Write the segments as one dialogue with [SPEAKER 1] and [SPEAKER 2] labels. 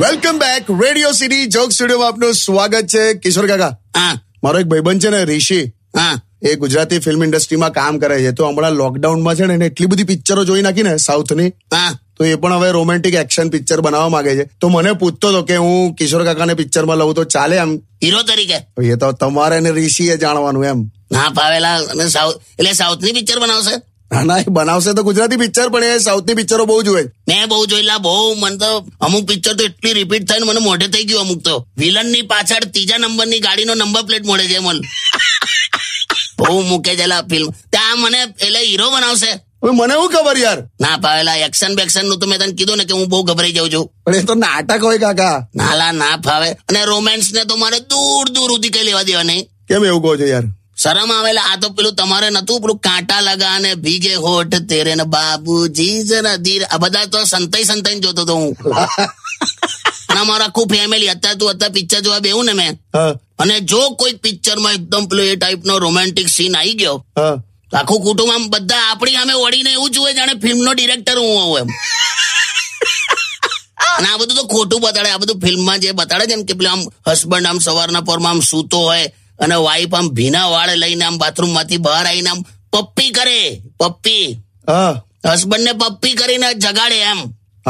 [SPEAKER 1] Welcome back radio city joke studio આપનું સ્વાગત છે કિશોર કાકા
[SPEAKER 2] હા
[SPEAKER 1] મારો એક ભાઈબંધ છે ને રિશી
[SPEAKER 2] હા
[SPEAKER 1] એ ગુજરાતી ફિલ્મ ઇન્ડસ્ટ્રીમાં કામ કરે છે તો હમણાં લોકડાઉનમાં છે ને એને એટલી બધી પિક્ચરો જોઈ નાખી ને સાઉથની
[SPEAKER 2] હા
[SPEAKER 1] તો એ પણ હવે રોમેન્ટિક એક્શન પિક્ચર બનાવવા માંગે છે તો મને પૂછતો હતો કે હું કિશોર કાકાને પિક્ચરમાં લઉં તો ચાલે એમ
[SPEAKER 2] હીરો તરીકે
[SPEAKER 1] તો એ તો તમારે અને ઋષિએ જાણવાનું એમ
[SPEAKER 2] ના ફાવેલા અને સાઉથ એટલે સાઉથની પિક્ચર બનાવશે
[SPEAKER 1] ના ના એ બનાવશે તો ગુજરાતી પિક્ચર પણ એ સાઉથની પિક્ચરો બહુ જુએ છે.
[SPEAKER 2] મેં બહુ જોયેલા બહુ મને તો અમુક પિક્ચર તો એટલી રિપીટ થાય ને મને મોઢે થઈ ગયું અમુક તો વિલન ની પાછળ ત્રીજા નંબરની ગાડીનો નંબર પ્લેટ મળે છે મને બહુ મૂકે છેલા ફિલ્મ ત્યાં મને એટલે હીરો બનાવશે
[SPEAKER 1] હવે મને શું ખબર યાર
[SPEAKER 2] ના ફાવેલા એક્શન બેક્શન નું તો મેં તને કીધું ને કે હું બહુ ગભરાઈ જાઉં છું
[SPEAKER 1] પણ એ તો નાટક હોય કાકા
[SPEAKER 2] નાલા ના ફાવે અને રોમેન્સ ને તો મારે દૂર દૂર સુધી કઈ લેવા દેવા નહીં
[SPEAKER 1] કેમ એવું કહો છો યાર
[SPEAKER 2] શરમ આવેલા આ તો પેલું તમારે નતું પેલું કાંટા લગા ને ભીગે હોઠ તેરે ને બાબુજી જરા ધીર આ બધા તો સંતાઈ સંતાઈ જોતો હતો હું અને મારું આખું ફેમિલી અત્યારે તું અત્યારે પિક્ચર જોવા બેહું ને મેં
[SPEAKER 1] હા
[SPEAKER 2] અને જો કોઈ પિક્ચરમાં એકદમ પેલો એ ટાઈપનો રોમેન્ટિક સીન આવી ગયો
[SPEAKER 1] હા
[SPEAKER 2] તો આખું કુટુંબ આમ બધા આપણી સામે વળીને એવું જુએ જાણે ફિલ્મનો ડિરેક્ટર હું હોઉં એમ અને આ બધું તો ખોટું બતાડે આ બધું ફિલ્મમાં જે બતાડે છે ને કે પેલો આમ હસબન્ડ આમ સવારના પોરમાં આમ સૂતો હોય અને વાઈફ આમ ભીના વાળ લઈને આમ બાથરૂમમાંથી બહાર આવીને આમ પપ્પી કરે પપ્પી
[SPEAKER 1] હા
[SPEAKER 2] હસબન્ડ ને પપ્પી કરીને જગાડે એમ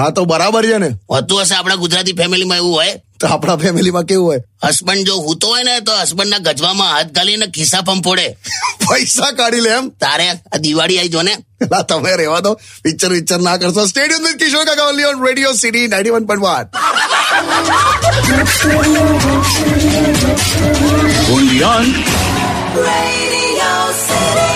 [SPEAKER 1] હા તો બરાબર છે ને
[SPEAKER 2] હોતું હશે આપણા ગુજરાતી ફેમિલીમાં એવું હોય
[SPEAKER 1] તો આપણા ફેમિલીમાં કેવું હોય
[SPEAKER 2] હસબન્ડ જો હૂતો હોય ને તો હસબન્ડના ગજવામાં હાથ ઘાલીને ખિસ્સા પંપોડે
[SPEAKER 1] પૈસા કાઢી લે એમ
[SPEAKER 2] તારે આ દિવાળી આવી જો ને
[SPEAKER 1] પેલા તમે રહેવા દો પિક્ચર વિક્ચર ના કરશો સ્ટેડિયમ વિથ કિશોર કાકા only on radio city ninety one point one
[SPEAKER 3] Radio City.